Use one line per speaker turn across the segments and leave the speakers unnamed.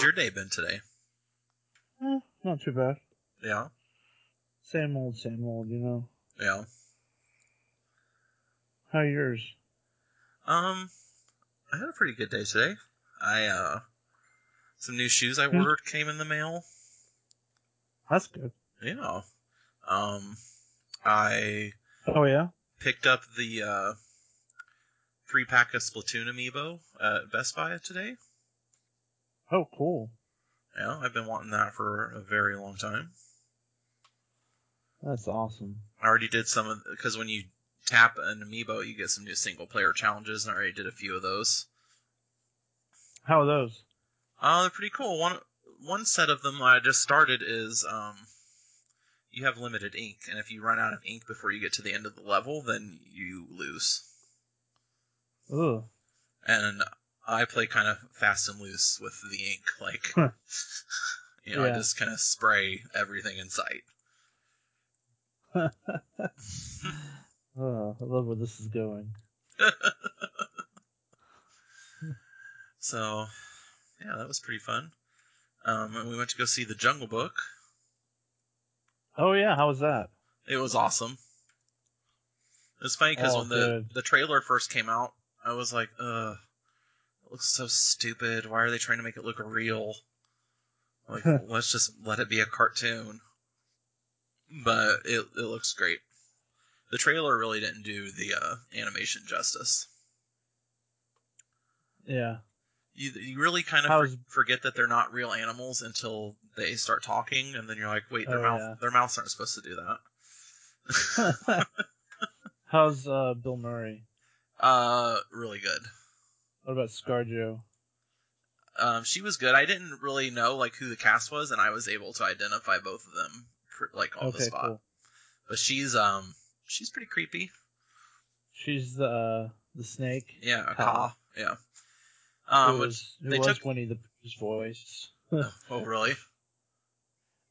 today?
Eh, not too bad.
Yeah,
Same old, same old, you know.
yeah.
How are yours?
Um, I had a pretty good day today. I uh, some new shoes I
Hmm.
ordered came in the mail.
That's good.
Yeah. Um, I
Oh, yeah?
picked up the uh, three pack of Splatoon amiibo at Best Buy today.
Oh, cool.
Yeah, I've been wanting that for a very long time.
That's awesome.
I already did some of because when you tap an amiibo, you get some new single player challenges, and I already did a few of those.
How are those?
Uh, they're pretty cool. One one set of them I just started is um, you have limited ink, and if you run out of ink before you get to the end of the level, then you lose.
Ugh.
And I play kind of fast and loose with the ink, like
Huh.
you know, I
Yeah.
just kind of spray everything in sight.
Ugh, I love where this is going.
So, yeah, that was pretty fun. Um, and we went to go see the Jungle Book.
Oh, yeah, how was that?
It was awesome. It's funny because
Oh,
when the,
good.
the trailer first came out, I was like, ugh, it looks so stupid. Why are they trying to make it look real? Like, let's just let it be a cartoon. But it, it looks great. The trailer really didn't do the uh, animation justice.
Yeah.
You, you really kind of
How
for-
is-
forget that they're not real animals until they start talking, and then you're like, wait, their
Oh,
mouth
yeah.
their mouths aren't supposed to do that.
How's uh, Bill Murray?
Uh, really good.
What about ScarJo?
um, she was good. I didn't really know like who the cast was, and I was able to identify both of them for, like on the
Okay,
spot.
cool.
But she's um she's pretty creepy.
She's the uh, the snake.
Yeah, a
Ka.
Ka. Yeah.
who
Um, which,
was, who
they
was
took-
Winnie the Pooh's voice?
oh really?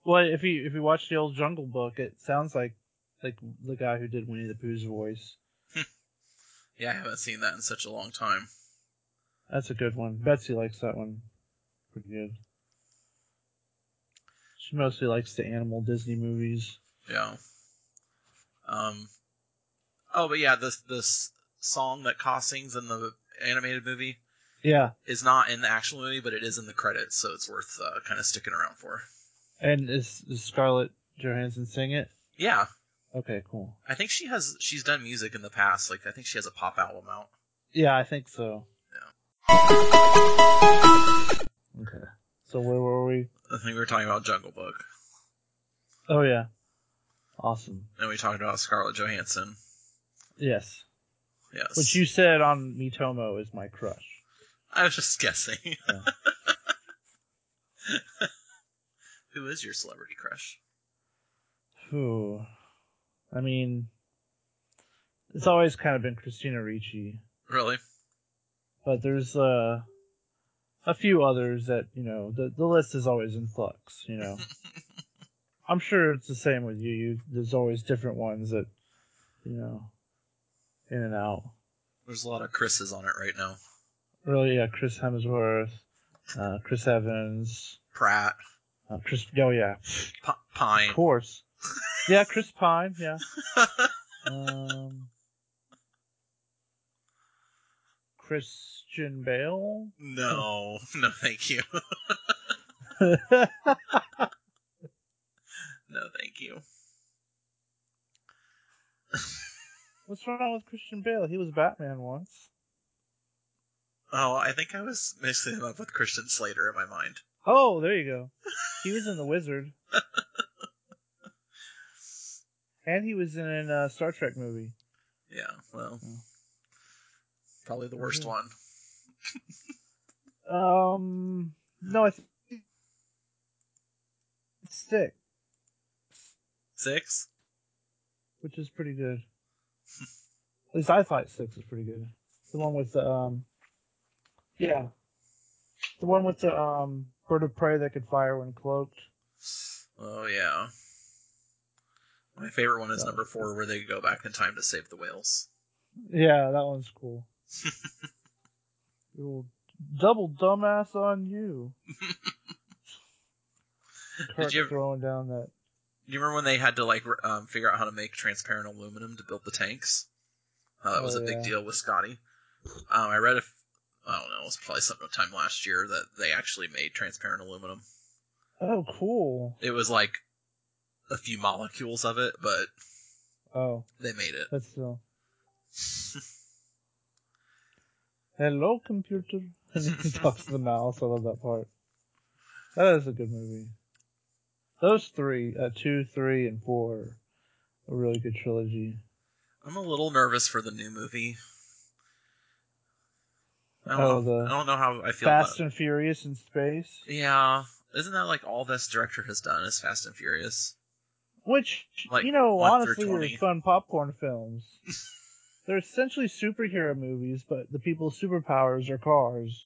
Well, if you if you watch the old Jungle Book, it sounds like like the guy who did Winnie the Pooh's voice.
Yeah, I haven't seen that in such a long time.
That's a good one. Betsy likes that one. Pretty good. She mostly likes the animal Disney movies.
Yeah. Um. Oh, but yeah, this this song that Ka sings in the animated movie
Yeah,
is not in the actual movie, but it is in the credits, so it's worth uh, kind of sticking around for.
and is, is Scarlett Johansson sing it?
Yeah,
Okay, cool.
I think she has she's done music in the past. Like I think she has a pop album out.
Yeah, I think so. Okay. So where were we?
I think we were talking about Jungle Book,
Oh yeah. Awesome.
and we talked about Scarlett Johansson.
Yes.
Yes,
Which you said on Mitomo is my crush.
I was just guessing.
Yeah.
Who is your celebrity crush?
Whew. I mean, it's always kind of been Christina Ricci,
Really?
but there's uh, a few others that, you know, the, the list is always in flux, you know. I'm sure it's the same with you. you. There's always different ones that, you know, in and out.
There's a lot of Chris's on it right now.
Really, yeah, Chris Hemsworth, uh, Chris Evans,
Pratt,
uh, Chris, oh yeah,
P- Pine.
of course. Yeah, Chris Pine, yeah. Um, Christian Bale.
no, no, thank you. No, thank you.
What's wrong with Christian Bale? He was Batman once.
Oh, I think I was mixing him up with Christian Slater in my mind.
Oh, there you go. He was in The Wizard. And he was in a uh, Star Trek movie.
Yeah, well,
Oh.
Hmm. probably the worst
Mhm.
one.
Um, no, I think it's Stick,
Six?
which is pretty good. At least I thought Six was pretty good. The one with the um, yeah, the one with the um bird of prey that could fire when cloaked.
Oh yeah. My favorite one is
Yeah.
number four, where they go back in time to save the whales.
Yeah, that one's cool. you old double dumbass on you. Kirk
you ever-
throwing down that.
You remember when they had to like r- um, figure out how to make transparent aluminum to build the tanks? Uh, that
Oh,
was a
yeah.
big deal with Scotty. Um, I read a, f- I don't know, it was probably sometime last year that they actually made transparent aluminum.
Oh, cool.
It was like a few molecules of it, but
Oh,
they made it.
that's still. Hello, computer. And he talks to the mouse. I love that part. That is a good movie. Those three, uh, two, three, and four, are a really good trilogy.
I'm a little nervous for the new movie. I don't, know,
Oh, the
I don't know how I feel
Fast
about
and Furious in space,
it. Yeah. Isn't that like all this director has done is Fast and Furious?
which
Like,
you know,
one through
honestly, are
20.
fun popcorn films. They're essentially superhero movies, but the people's superpowers are cars.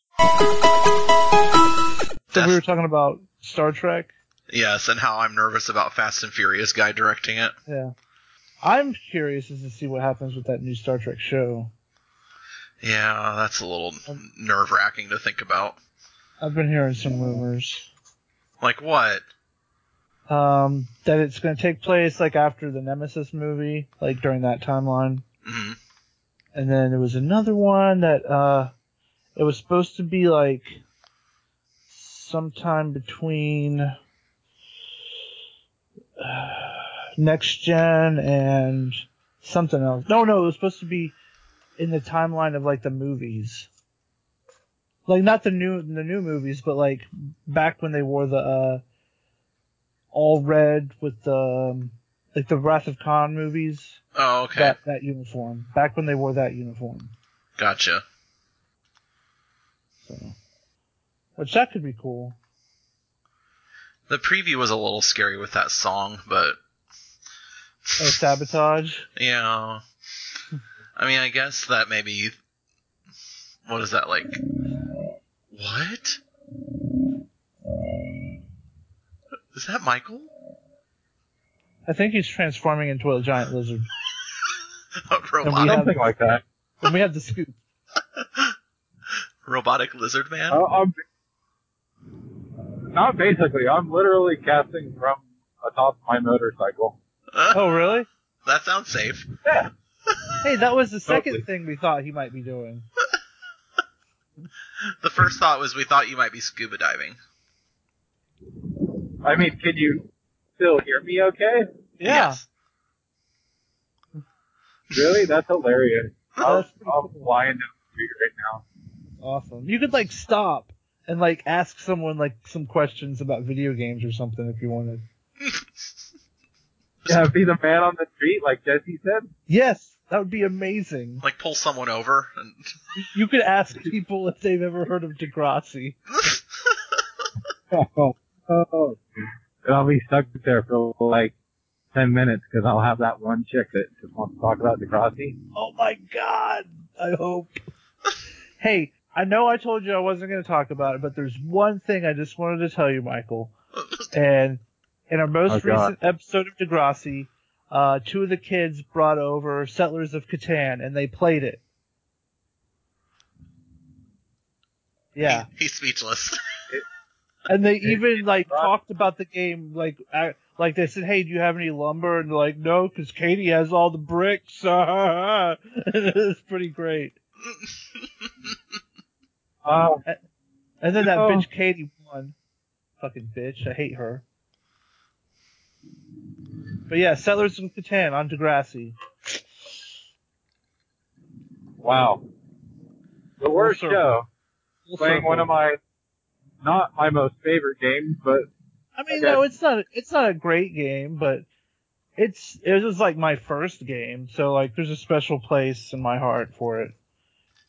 So we were talking about Star Trek.
Yes, and how I'm nervous about Fast and Furious guy directing it.
Yeah, I'm curious as to see what happens with that new Star Trek show.
Yeah, that's a little
Um,
nerve wracking to think about.
I've been hearing some rumors
Like what?
um, that it's going to take place like after the Nemesis movie, like during that timeline.
hmm
And then there was another one that uh, it was supposed to be like sometime between uh, Next Gen and something else. No, no, it was supposed to be in the timeline of like the movies. Like not the new the new movies, but like back when they wore the uh, all red with the um, like the Wrath of Khan movies
Oh, okay.
that, that uniform back when they wore that uniform.
Gotcha.
So, which that could be cool.
The preview was a little scary with that song, but
Oh, sabotage.
you know, I mean, I guess that maybe. What is that like? What? Is that Michael?
I think he's transforming into a giant lizard.
A
we
robotic,
have-
Something like that.
And we have the scoop.
robotic lizard man?
I- I'm, not basically. I'm literally casting from atop my motorcycle.
Oh, really?
that sounds safe.
Yeah.
Hey, that was the second
Totally.
thing we thought he might be doing.
The first thought was we thought you might be scuba diving.
I mean, can you still hear me okay?
Yeah.
Yes.
Really? That's hilarious. I'm,
That's pretty
I'm
cool.
flying down the street right now.
Awesome. You could like stop and like ask someone like some questions about video games or something if you wanted.
Yeah, be the man on the street, like Jesse said.
Yes, that would be amazing.
Like pull someone over and
You could ask people if they've ever heard of Degrassi.
Oh, oh. And I'll be stuck there for like 10 minutes because I'll have that one chick that just wants to talk about Degrassi.
Oh my god! I hope. hey, I know I told you I wasn't going to talk about it, but there's one thing I just wanted to tell you, Michael. And in our most
Oh, God.
recent episode of Degrassi, uh, two of the kids brought over Settlers of Catan, and they played it. Yeah,
he- he's speechless.
and they even like
Right.
talked about the game, like I, like they said, "Hey, do you have any lumber?" And they're like, "No, because Katie has all the bricks." it was pretty great.
Oh,
And then that
Oh.
bitch Katie won. Fucking bitch. I hate her. But yeah, Settlers of Catan on Degrassi.
wow. The worst
Full circle.
show.
Full
playing
circle.
one of my not my most favorite games, but
I mean,
okay.
no, it's not. It's not a great game, but it's it was like my first game, so like there's a special place in my heart for it.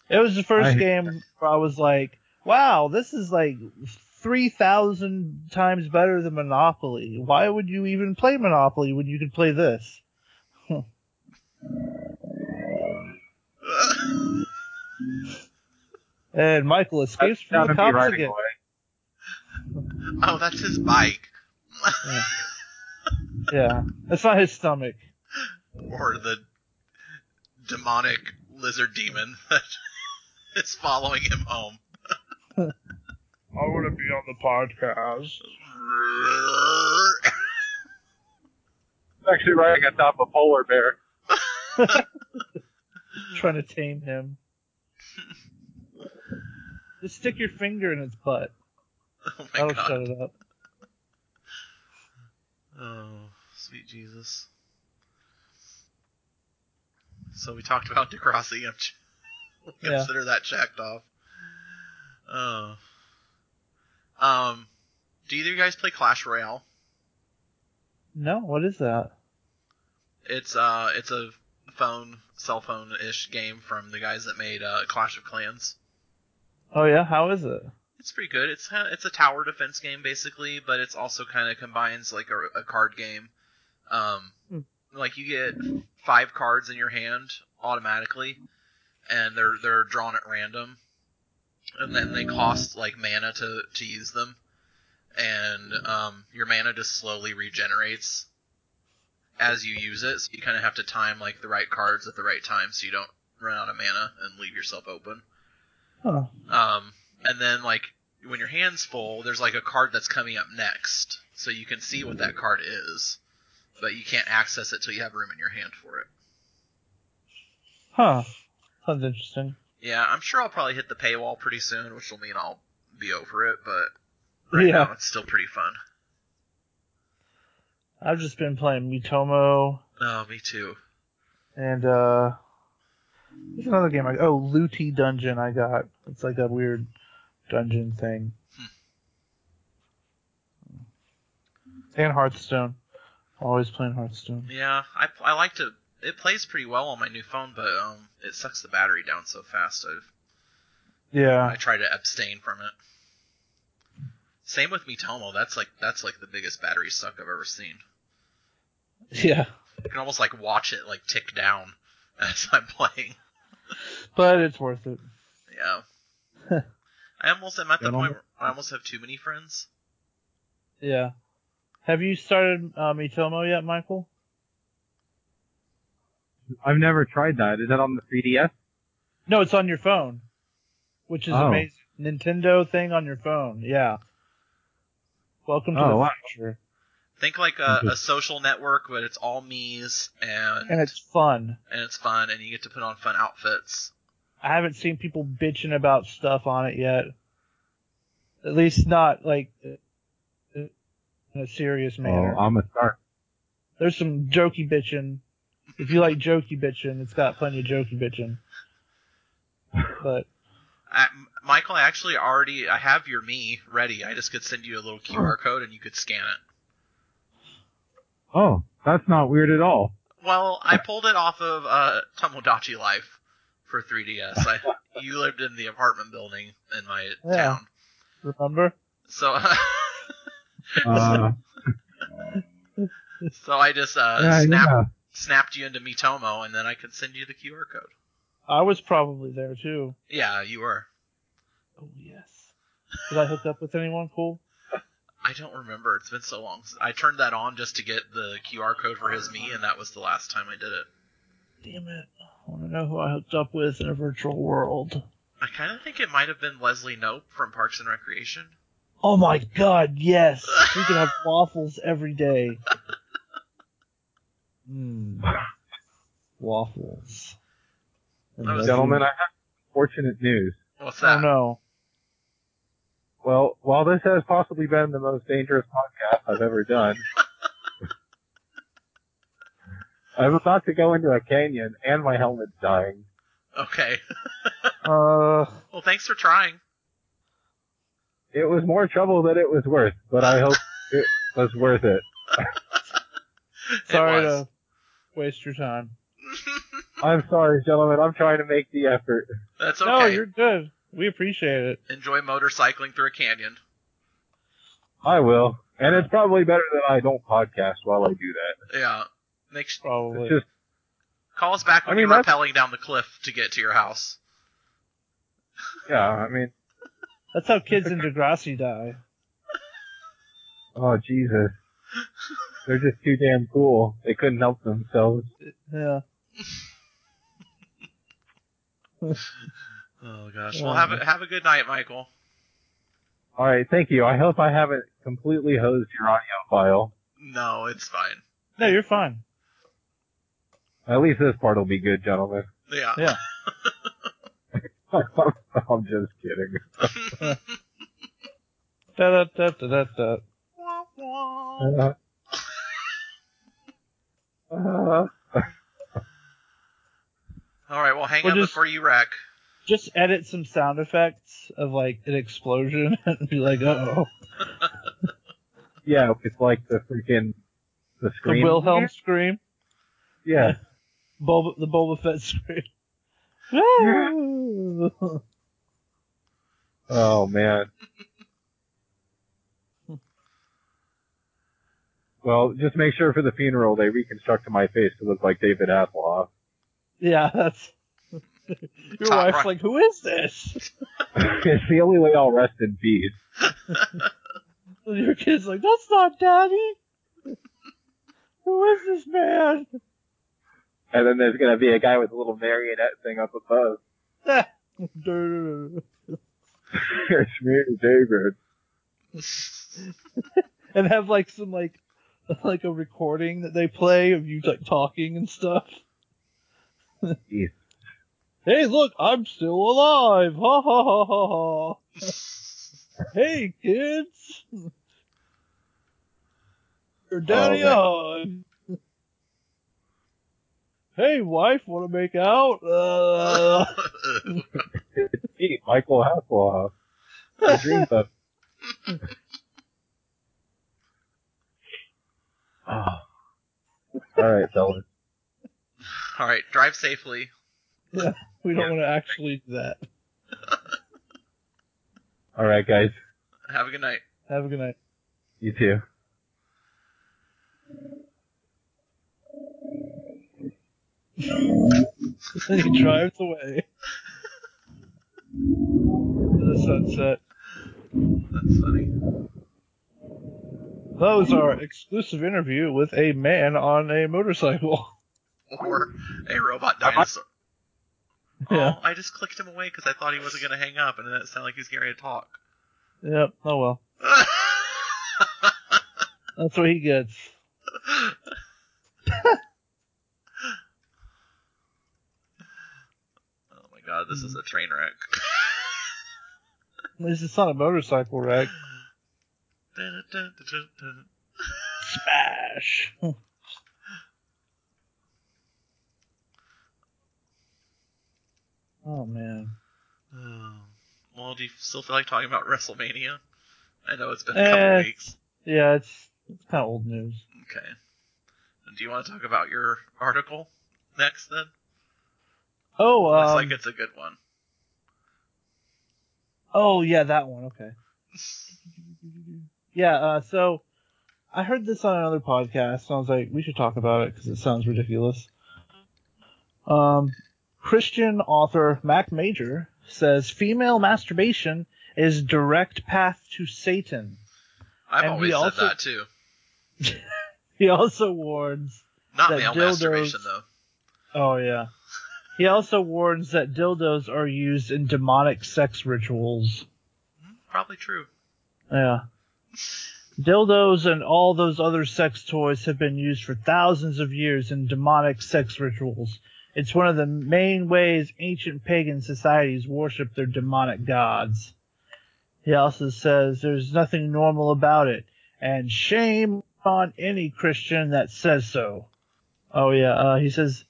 It was the first
I-
game where I was like, "Wow, this is like three thousand times better than Monopoly. Why would you even play Monopoly when you could play this?" And Michael escapes from the
that'd be
cops
riding
again.
away.
oh, that's his bike
Yeah, that's not his stomach.
or the demonic lizard demon that is following him home.
I want to be on the podcast.
Oh
It's actually riding atop a polar bear.
Trying to tame him. Just stick your finger in its butt.
oh my
That'll
god.
shut it up.
Oh, sweet Jesus. So we talked about Degrassi. I'm ch- we
Yeah.
Consider that checked off. Oh. Um, do either of you guys play Clash Royale?
No, what is that?
It's uh, it's a phone, cell phone ish game from the guys that made uh, Clash of Clans.
Oh yeah, how is it?
It's pretty good. It's kinda, it's a tower defense game basically, but it's also kind of combines like a, a card game. Um,
Hmm.
like you get five cards in your hand automatically, and they're they're drawn at random, and then they cost like mana to to use them, and um, your mana just slowly regenerates as you use it. So you kind of have to time like the right cards at the right time so you don't run out of mana and leave yourself open.
Huh.
Um, and then like when your hand's full, there's like a card that's coming up next, so you can see what that card is, but you can't access it till you have room in your hand for it.
Huh. Sounds interesting.
Yeah, I'm sure I'll probably hit the paywall pretty soon, which will mean I'll be over it, but right
Yeah.
now it's still pretty fun.
I've just been playing Mitomo
Oh, me too.
and uh there's another game I oh Looty Dungeon I got. It's like a weird dungeon thing. And Hearthstone. Always playing Hearthstone.
Yeah, I I like to. It plays pretty well on my new phone, but um, it sucks the battery down so fast. I've I
Yeah.
try to abstain from it. Same with Mitomo. That's like that's like the biggest battery suck I've ever seen.
Yeah.
You can almost like watch it like tick down as I'm playing.
But it's worth it.
Yeah. I almost am at the
Get on
point
it.
where I almost have too many friends.
Yeah. Have you started uh, Mitomo yet, Michael?
I've never tried that. Is that on the 3DS?
No, it's on your phone, which is
Oh.
amazing. Nintendo thing on your phone. Yeah. Welcome to
Oh,
the
wow.
future.
Think like a,
Mhm.
a social network, but it's all me's and
And it's fun.
and it's fun, and you get to put on fun outfits.
I haven't seen people bitching about stuff on it yet. At least not like in a serious manner.
Oh, I'm a star.
There's some jokey bitching. If you like jokey bitching, it's got plenty of jokey bitching. But
I, M- Michael, I actually already I have your me ready. I just could send you a little QR code and you could scan it.
Oh, that's not weird at all.
Well, I pulled it off of uh, Tomodachi Life for 3DS. I, you lived in the apartment building in my
Yeah.
town,
remember?
so.
Uh,
So I just uh,
yeah,
snap,
yeah.
snapped you into Mitomo, and then I could send you the QR code.
I was probably there too.
Yeah, you were.
Oh yes. Did I hook up with anyone cool?
I don't remember. It's been so long. I turned that on just to get the QR code for his me, and that was the last time I did it.
Damn it. I want to know who I hooked up with in a virtual world.
I kind of think it might have been Leslie Nope from Parks and Recreation.
Oh my god, yes! We could have waffles every day. Mm. Waffles. And
That was-
Gentlemen, I have fortunate news.
What's that?
Oh no.
Well, while this has possibly been the most dangerous podcast I've ever done, I'm about to go into a canyon and my helmet's dying.
Okay.
Uh,
Well, thanks for trying.
It was more trouble than it was worth, but I hope it was worth it.
It
sorry
was.
to waste your time.
I'm sorry, gentlemen. I'm trying to make the effort.
That's
No,
okay.
you're good. We appreciate it.
Enjoy motorcycling through a canyon.
I will. And it's probably better that I don't podcast while I do
Yeah. Make sh-
that. It's
Probably.
just,
call us back
I
when
mean,
you're
that's-
rappelling down the cliff to get to your house.
yeah, I mean,
That's how kids in Degrassi die.
oh, Jesus. They're just too damn cool. They couldn't help themselves.
Yeah.
Oh gosh.
Yeah.
Oh, Well, have a, have a good night, Michael.
All right, thank you. I hope I haven't completely hosed your audio file.
No, it's fine.
No, you're fine.
At least this part will be good, gentlemen.
Yeah.
Yeah.
I'm just kidding.
Da, da, da, da, da, da.
Wah, wah.
Uh, uh,
All right, well, hang
We'll
up
just-
before you wreck.
Just edit some sound effects of like an explosion and be like, oh,
yeah, it's like the freaking the
the
scream.
Wilhelm scream,
Yeah.
Bulba, the Boba Fett scream.
Oh man. Well, just make sure for the funeral they reconstruct my face to look like David Hasselhoff.
yeah, that's. Your
Top
wife's
right.
like, who is this?
it's the only way I'll rest in peace.
And your kid's like, that's not daddy. Who is this man?
And then there's gonna be a guy with a little marionette thing up above.
and
it's me, David.
have like some like like a recording that they play of you like talking and stuff.
Jeez.
Hey, look, I'm still alive. Ha ha ha ha ha. Hey, kids. Your daddy
man.
on. Hey, wife, want to make out? Uh,
It's me, Michael Hasselhoff. I dreamed of. oh. All right, fellas.
All right, drive safely.
we don't want to actually do that.
All right, guys.
Have a good night.
Have a good night.
You too.
And he drives away to the sunset.
That's funny.
Those are exclusive interview with a man on a motorcycle.
Or a robot
I might-
dinosaur.
Yeah.
Oh, I just clicked him away because I thought he wasn't going to hang up, and then it sounded like he was getting ready to talk.
Yep. Oh well. That's what he gets.
oh my god, this is a train wreck.
At least it's not a motorcycle wreck.
Dun, dun, dun, dun, dun.
Smash. oh man.
Oh. Well, do you still feel like talking about WrestleMania? I know it's been a couple
Eh,
weeks.
yeah, it's it's kind of old news.
Okay. Do you want to talk about your article next then?
Oh,
Looks
um,
like it's a good one.
Oh yeah, that one. Okay. Yeah. Uh, so I heard this on another podcast, and I was like, we should talk about it because it sounds ridiculous. Um, Christian author Mac Major says female masturbation is direct path to Satan.
I've
And
always
we
said
also-
that too.
He also warns.
Not
that
male
dildos-
masturbation though.
Oh yeah. He also warns that dildos are used in demonic sex rituals.
Hmm, Probably true.
Yeah. Dildos and all those other sex toys have been used for thousands of years in demonic sex rituals. It's one of the main ways ancient pagan societies worship their demonic gods. He also says there's nothing normal about it, and shame on any Christian that says so. Oh, yeah, uh, he says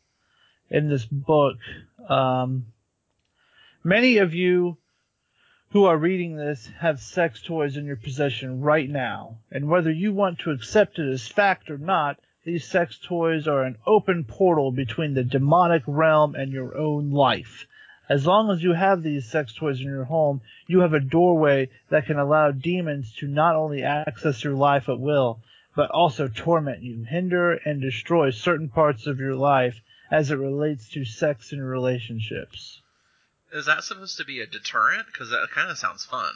in this book, um, many of you who are reading this have sex toys in your possession right now, and whether you want to accept it as fact or not, these sex toys are an open portal between the demonic realm and your own life. As long as you have these sex toys in your home, you have a doorway that can allow demons to not only access your life at will, but also torment you, hinder, and destroy certain parts of your life as it relates to sex and relationships.
Is that supposed to be a deterrent? Because that kind of sounds fun.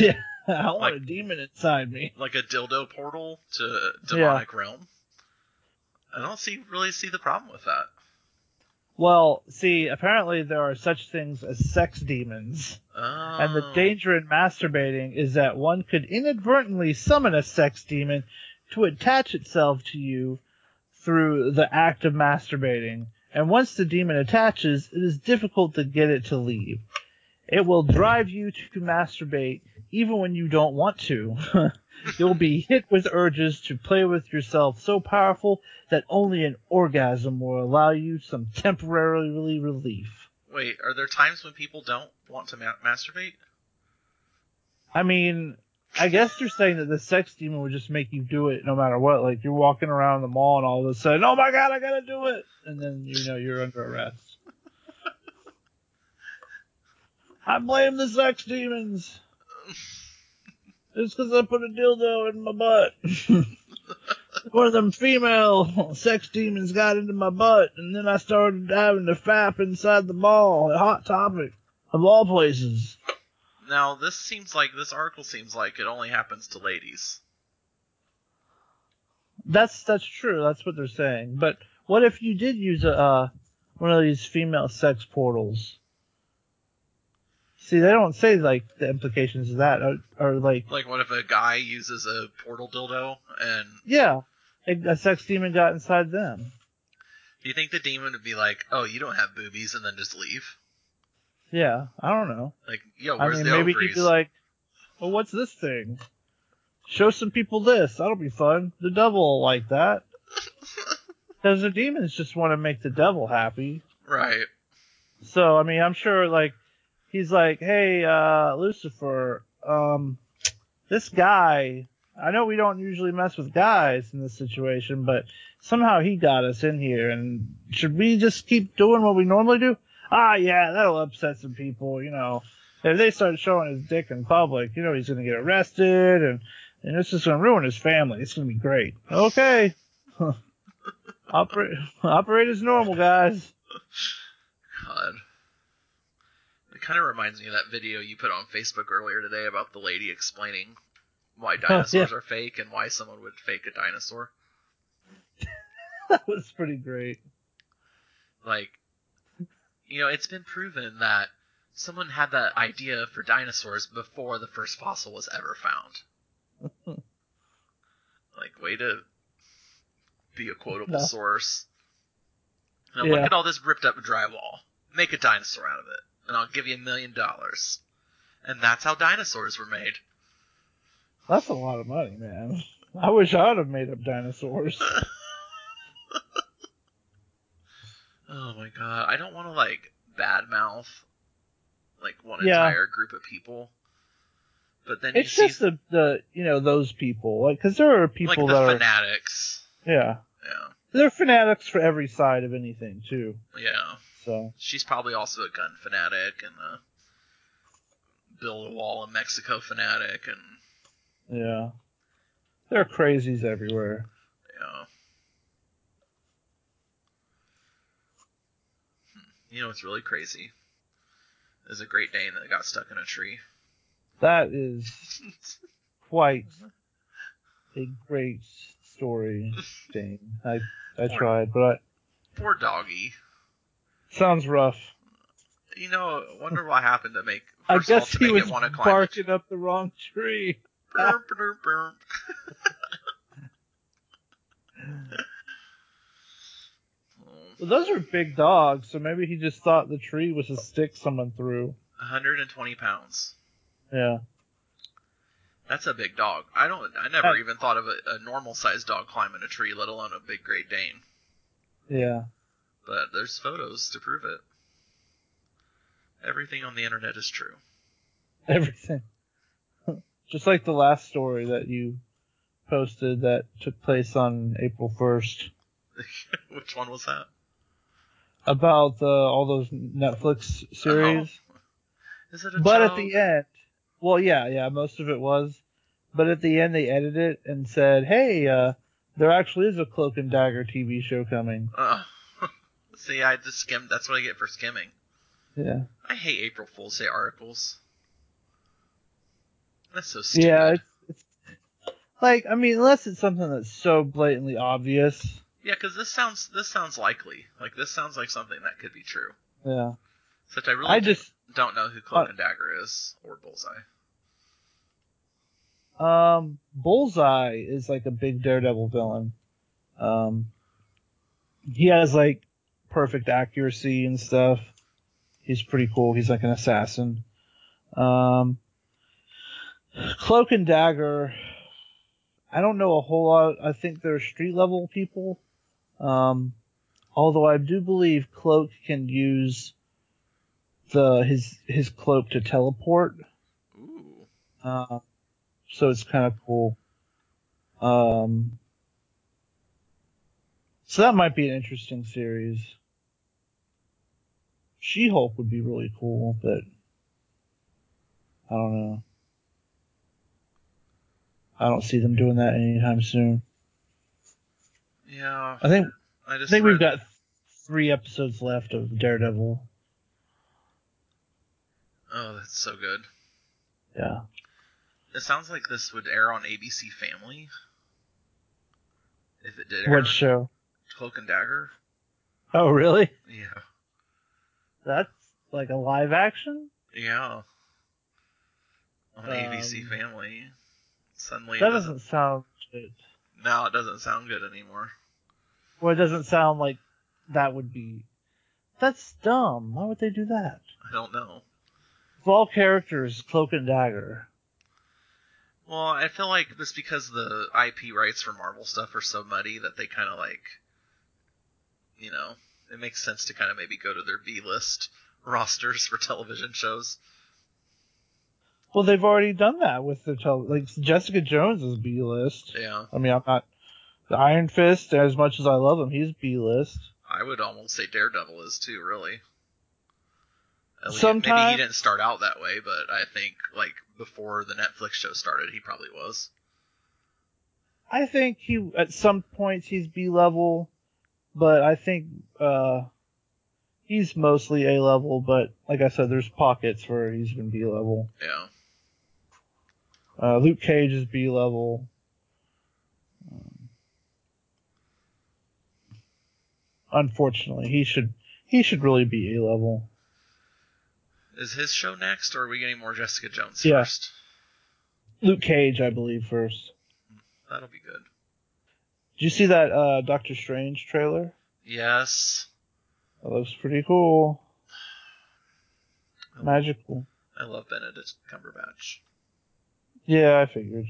Yeah, I want a
Like-
demon inside me.
Like a dildo portal to demonic realm. I don't see really see the problem with that.
Well, see, apparently there are such things as sex demons,
Oh.
and the danger in masturbating is that one could inadvertently summon a sex demon to attach itself to you through the act of masturbating. And once the demon attaches, it is difficult to get it to leave. It will drive you to masturbate even when you don't want to. You'll be hit with urges to play with yourself so powerful that only an orgasm will allow you some temporary relief.
Wait, are there times when people don't want to ma- masturbate?
I mean, I guess they're saying that the sex demon would just make you do it no matter what. Like you're walking around the mall and all of a sudden, oh my god, I gotta do it, and then you know you're under arrest. I blame the sex demons. It's because I put a dildo in my butt. One of them female sex demons got into my butt, and then I started having to fap inside the mall at Hot Topic, of all places.
Now, this seems like this article seems like it only happens to ladies.
That's that's true. That's what they're saying. But what if you did use a uh, one of these female sex portals? See, they don't say like the implications of that are, are like
Like, what if a guy uses a portal dildo and
yeah, a, a sex demon got inside them.
do you think the demon would be like, "Oh, you don't have boobies," and then just leave?
Yeah, I don't know.
Like, yo,
I
where's
mean,
the
maybe
ovaries?
he'd be like, "Well, what's this thing? Show some people this. That'll be fun. The devil will like that." Because the demons just want to make the devil happy.
right.
So I mean, I'm sure like he's like, hey, uh, Lucifer, um, this guy. I know we don't usually mess with guys in this situation, but somehow he got us in here. And should we just keep doing what we normally do? Ah, yeah, that'll upset some people. You know, if they start showing his dick in public, you know he's gonna get arrested, and and this is gonna ruin his family. It's gonna be great. Okay, operate operate as normal, guys.
God. It kind of reminds me of that video you put on Facebook earlier today about the lady explaining
Oh,
why dinosaurs are fake and why someone would fake a dinosaur.
that was pretty great.
Like, you know, it's been proven that someone had that idea for dinosaurs before the first fossil was ever found. like, way to be a quotable
No.
source. Now,
Yeah.
look at all this ripped up drywall. Make a dinosaur out of it, and I'll give you a million dollars. And that's how dinosaurs were made.
That's a lot of money, man. I wish I would have made up dinosaurs.
Oh my god, I don't want to like badmouth like one
Yeah.
entire group of people. But then
It's
you
just
see
the, the you know those people, like because there are
like
people
the
that
fanatics.
are yeah,
Yeah,
they're fanatics for every side of anything too.
yeah.
So
She's probably also a gun fanatic and a build a wall in Mexico fanatic and
yeah, there are crazies everywhere.
you know. Hmm. You know what's really crazy? Is a Great Dane that got stuck in a tree.
That is quite a great story, Jane. I I tried, but I,
Poor doggy.
sounds rough.
You know, I wonder what happened to make.
I
first of all,
guess
to
he
make it
was
wanna climb the
barking up the wrong tree.
Burp, burp, burp.
Well, those are big dogs, so maybe he just thought the tree was a stick someone threw.
120 pounds.
Yeah.
That's a big dog. I don't. I never
Hey.
even thought of a, a normal sized dog climbing a tree, let alone a big Great Dane.
Yeah.
But there's photos to prove it. Everything on the internet is true.
Everything. Just like the last story that you posted that took place on April 1st
Which one was that?
about uh, all those Netflix series.
Is it a
but at
Oh, child?
the end, well, yeah, yeah, most of it was. But at the end, they edited it and said, hey, uh, there actually is a Cloak and Dagger TV show coming.
Oh. See, I just skimmed. That's what I get for skimming.
Yeah.
I hate April Fool's Day articles. That's so stupid.
Yeah, it's, it's like I mean, unless it's something that's so blatantly obvious,
Yeah, because this sounds this sounds likely. Like this sounds like something that could be true.
Yeah.
Such I really
I
do-
just
don't know who Cloak
Uh,
and Dagger is or Bullseye.
Um, Bullseye is like a big Daredevil villain. Um, he has like perfect accuracy and stuff. He's pretty cool. He's like an assassin. Um, Cloak and Dagger. I don't know a whole lot. I think they're street level people. Um, although I do believe Cloak can use the his his cloak to teleport.
Ooh.
Uh, so it's kind of cool. Um, so that might be an interesting series. She Hulk would be really cool, but I don't know. I don't see them doing that anytime soon.
Yeah.
I think
I
I
just
think we've
read-
got three episodes left of Daredevil.
Oh, that's so good.
Yeah.
It sounds like this would air on ABC Family. If it did air
What show?
Cloak and Dagger.
Oh, really?
Yeah.
That's like a live action.
Yeah. On ABC
Um,
Family. Suddenly
That
it doesn't
doesn't sound good.
now it doesn't sound good anymore.
Well, it doesn't sound like that would be. That's dumb. Why would they do that?
I don't know.
Of all characters, Cloak and Dagger.
Well, I feel like it's because the IP rights for Marvel stuff are so muddy that they kind of like, you know, it makes sense to kind of maybe go to their B list rosters for television shows.
Well, they've already done that with the tel- like Jessica Jones is B list.
Yeah,
I mean, I'm not the Iron Fist. As much as I love him, he's B list.
I would almost say Daredevil is too, really. At least- maybe he
Sometimes-
didn't start out that way, but I think like before the Netflix show started, he probably was.
I think he at some points he's B level, but I think uh, he's mostly A level. But like I said, there's pockets where he's been B level.
Yeah,
Uh, Luke Cage is B level. Um, unfortunately, he should he should really be A level.
is his show next, or are we getting more Jessica Jones
Yeah.
first?
Luke Cage, I believe, first.
That'll be good.
Did you see that uh, Doctor Strange trailer?
Yes,
That looks pretty cool. Magical.
I love Benedict Cumberbatch.
Yeah, I figured.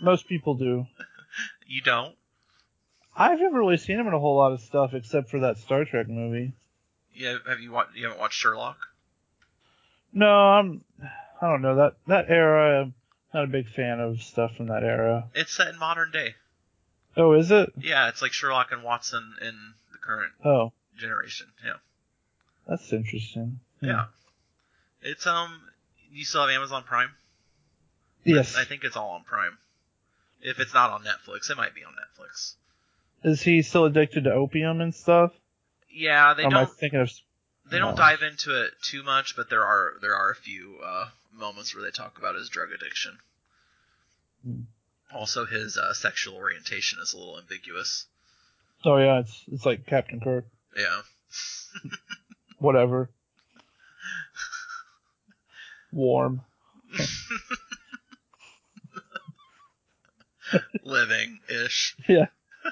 Most people do.
You don't?
I've never really seen him in a whole lot of stuff except for that Star Trek movie.
Yeah, have you watched? You haven't watched Sherlock?
No, I'm. I don't know that that era. I'm not a big fan of stuff from that era.
It's set in modern day.
Oh, is it?
Yeah, it's like Sherlock and Watson in the current
Oh,
generation. Yeah,
that's interesting. Hmm.
yeah. It's um, you still have Amazon Prime?
Yes.
I think it's all on Prime. If it's not on Netflix, it might be on Netflix.
Is he still addicted to opium and stuff?
Yeah, they
or am I
don't
thinking of?
they don't
no.
dive into it too much, but there are there are a few uh, moments where they talk about his drug addiction.
Hmm.
Also, his uh, sexual orientation is a little ambiguous.
Oh yeah, it's it's like Captain Kirk.
Yeah.
Whatever. Warm.
living ish.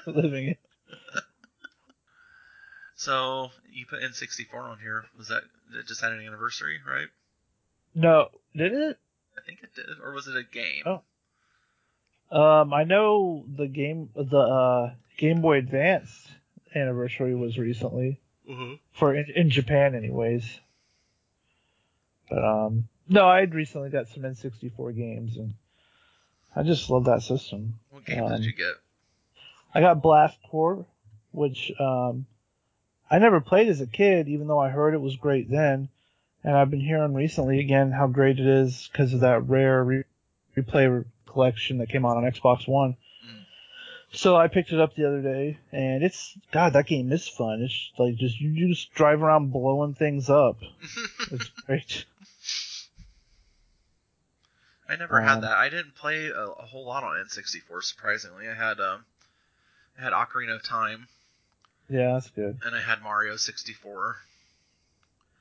Living it.
So you put N64 on here. Was that it just had an anniversary, right?
No, did it?
I think it did, or was it a game?
Oh. Um, I know the game, the uh, Game Boy Advance anniversary was recently
Mhm.
for in, in Japan, anyways. But um, no, I had recently got some N64 games, and I just love that system.
What game
Um,
did you get?
I got Blast Corps, which um, I never played as a kid, even though I heard it was great then. And I've been hearing recently again how great it is because of that rare re- replay collection that came out on Xbox One.
Mm.
So I picked it up the other day, and it's God, that game is fun. It's like just you you just drive around blowing things up. It's great.
I never
um, uh,
had that. I didn't play a, a whole lot on N64. Surprisingly, I had um, I had Ocarina of Time,
Yeah, that's good.
and I had Mario 64,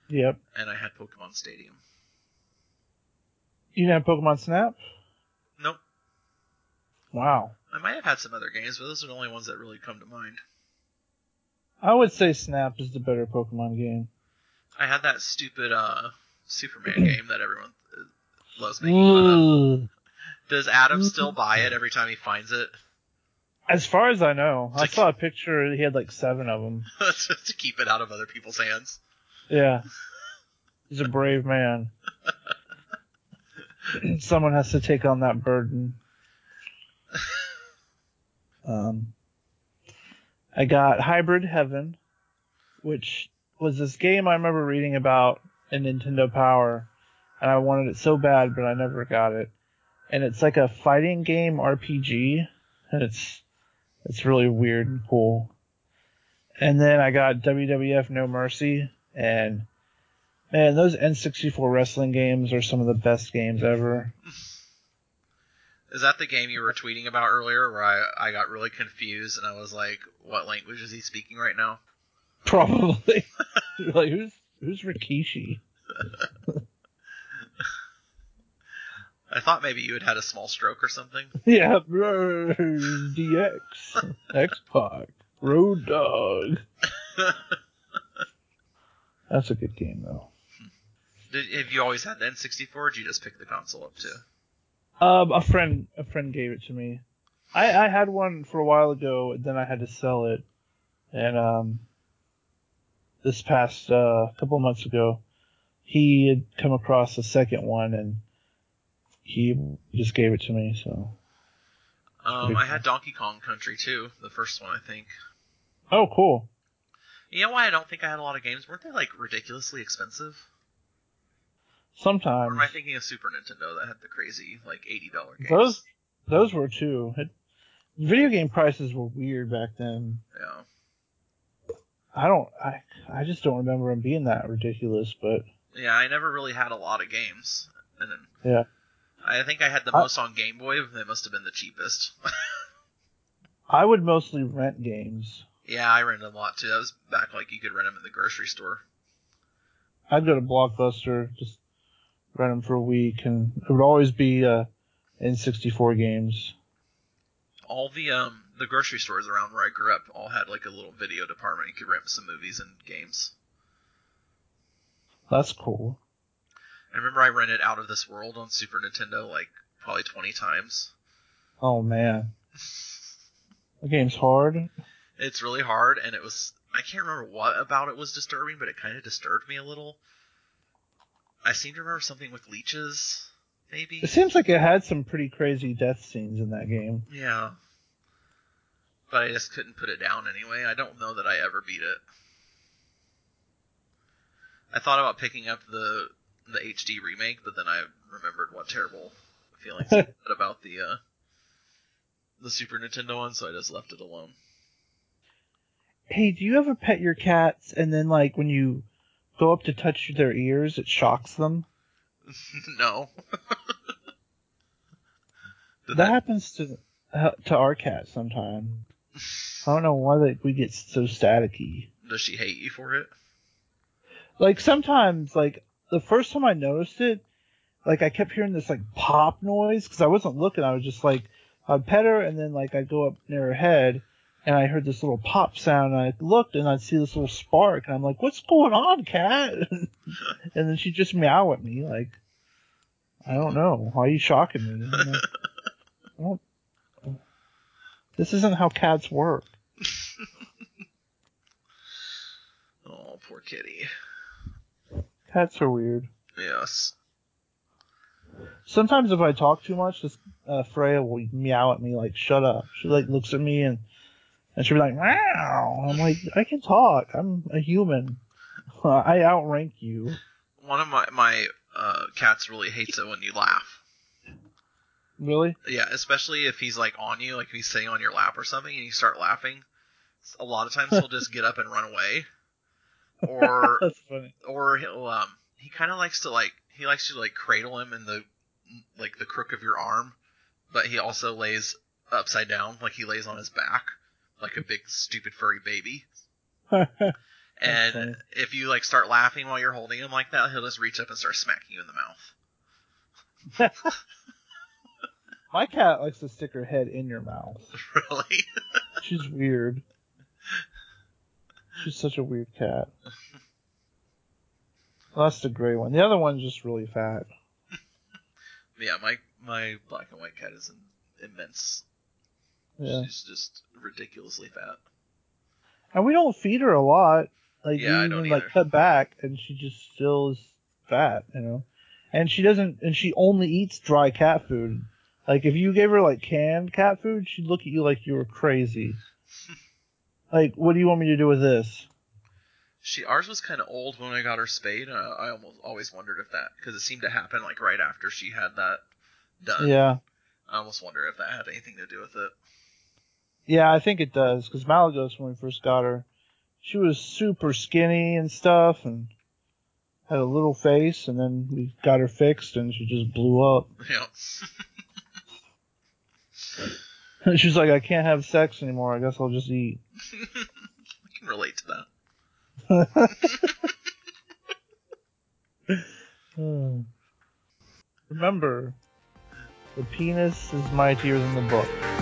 Yep.
and I had Pokemon Stadium.
You didn't have Pokemon Snap?
Nope.
Wow.
I might have had some other games, but those are the only ones that really come to mind.
I would say Snap is the better Pokemon game.
I had that stupid uh, Superman game that everyone uh, loves making fun of.
Ugh.
Does Adam still buy it every time he finds it
As far as I know, I saw a picture. He had like seven of them.
Just to keep it out of other people's hands?
Yeah. He's a brave man. Someone has to take on that burden. Um, I got Hybrid Heaven, which was this game I remember reading about in Nintendo Power, and I wanted it so bad, but I never got it. And it's like a fighting game RPG, and it's it's really weird and cool. And then I got WWF No Mercy, and man, those N64 wrestling games are some of the best games ever.
Is that the game you were tweeting about earlier where I, I got really confused and I was like, what language is he speaking right now?
Probably. like who's who's Rikishi?
I thought maybe you had had a small stroke or something.
Yeah, brr, DX, X Pac, Road Dog. That's a good game though.
Did, have you always had the N64 or did you just pick the console up too?
Um, a friend a friend gave it to me. I I had one for a while ago, and then I had to sell it, and um, this past uh, couple months ago, he had come across a second one, and he just gave it to me. So
Um, I had Donkey Kong Country too, the first one, I think.
oh, cool.
You know why I don't think I had a lot of games? Weren't they like ridiculously expensive? Or
Sometimes
am I thinking of Super Nintendo that had the crazy like eighty dollar games?
those those were too. It, video game prices were weird back then.
Yeah.
I don't I I just don't remember them being that ridiculous, but
Yeah, I never really had a lot of games. And then
Yeah.
I think I had the
I-
most on Game Boy. They must have been the cheapest.
I would mostly rent games.
yeah, I rented them a lot too. That was back like you could rent them at the grocery store.
I'd go to Blockbuster, just rent them for a week, and it would always be uh, N64 games.
All the um the grocery stores around where I grew up all had like a little video department. You could rent some movies and games.
That's cool.
I remember I rented Out of This World on Super Nintendo like probably twenty times.
Oh man, the game's hard.
It's really hard, and it was I can't remember what about it was disturbing, but it kind of disturbed me a little. I seem to remember something with leeches, maybe.
It seems like it had some pretty crazy death scenes in that game.
Yeah. But I just couldn't put it down anyway. I don't know that I ever beat it. I thought about picking up the the HD remake, but then I remembered what terrible feelings I had about the uh, the Super Nintendo one, so I just left it alone.
Hey, do you ever pet your cats and then like when you go up to touch their ears, it shocks them?
no. Did
That happens to uh, to our cat sometimes. I don't know why that we get so staticky.
Does she hate you for it?
like sometimes like the first time i noticed it like i kept hearing this like pop noise because i wasn't looking i was just like i'd pet her and then like i'd go up near her head and i heard this little pop sound and i looked and i'd see this little spark and i'm like what's going on cat and then she'd just meow at me like i don't know why are you shocking me I'm like, I don't- this isn't how cats work
Oh, poor kitty.
cats are weird
Yes.
Sometimes if I talk too much, this uh, Freya will meow at me like "shut up." She like looks at me and and she'll be like "meow." I'm like, I can talk. I'm a human. I outrank you.
One of my my uh, cats really hates it when you laugh.
Really?
Yeah, especially if he's like on you, like if he's sitting on your lap or something, and you start laughing. A lot of times he'll just get up and run away, or
That's funny.
or he'll um he kind of likes to like he likes you to like cradle him in the like the crook of your arm, but he also lays upside down, like he lays on his back, like a big stupid furry baby.
That's
And
funny.
if you like start laughing while you're holding him like that, he'll just reach up and start smacking you in the mouth.
My cat likes to stick her head in your mouth.
Really?
She's weird. She's such a weird cat. Well, that's the gray one. The other one's just really fat.
yeah, my my black and white cat is in, immense.
Yeah.
She's just ridiculously fat.
And we don't feed her a lot. Like
Yeah, I
we
don't
even like
either.
cut back and she just still is fat, you know. And she doesn't and she only eats dry cat food. Like if you gave her like canned cat food, she'd look at you like you were crazy. like, what do you want me to do with this?
She ours was kind of old when I got her spayed. And I, I almost always wondered if that because it seemed to happen like right after she had that done.
Yeah.
I almost wonder if that had anything to do with it.
Yeah, I think it does because Malagos, when we first got her, she was super skinny and stuff, and had a little face. And then we got her fixed, and she just blew up.
You know,
she was like, "I can't have sex anymore. I guess I'll just eat."
I can relate to that.
Hmm. Remember, the penis is mightier than the book.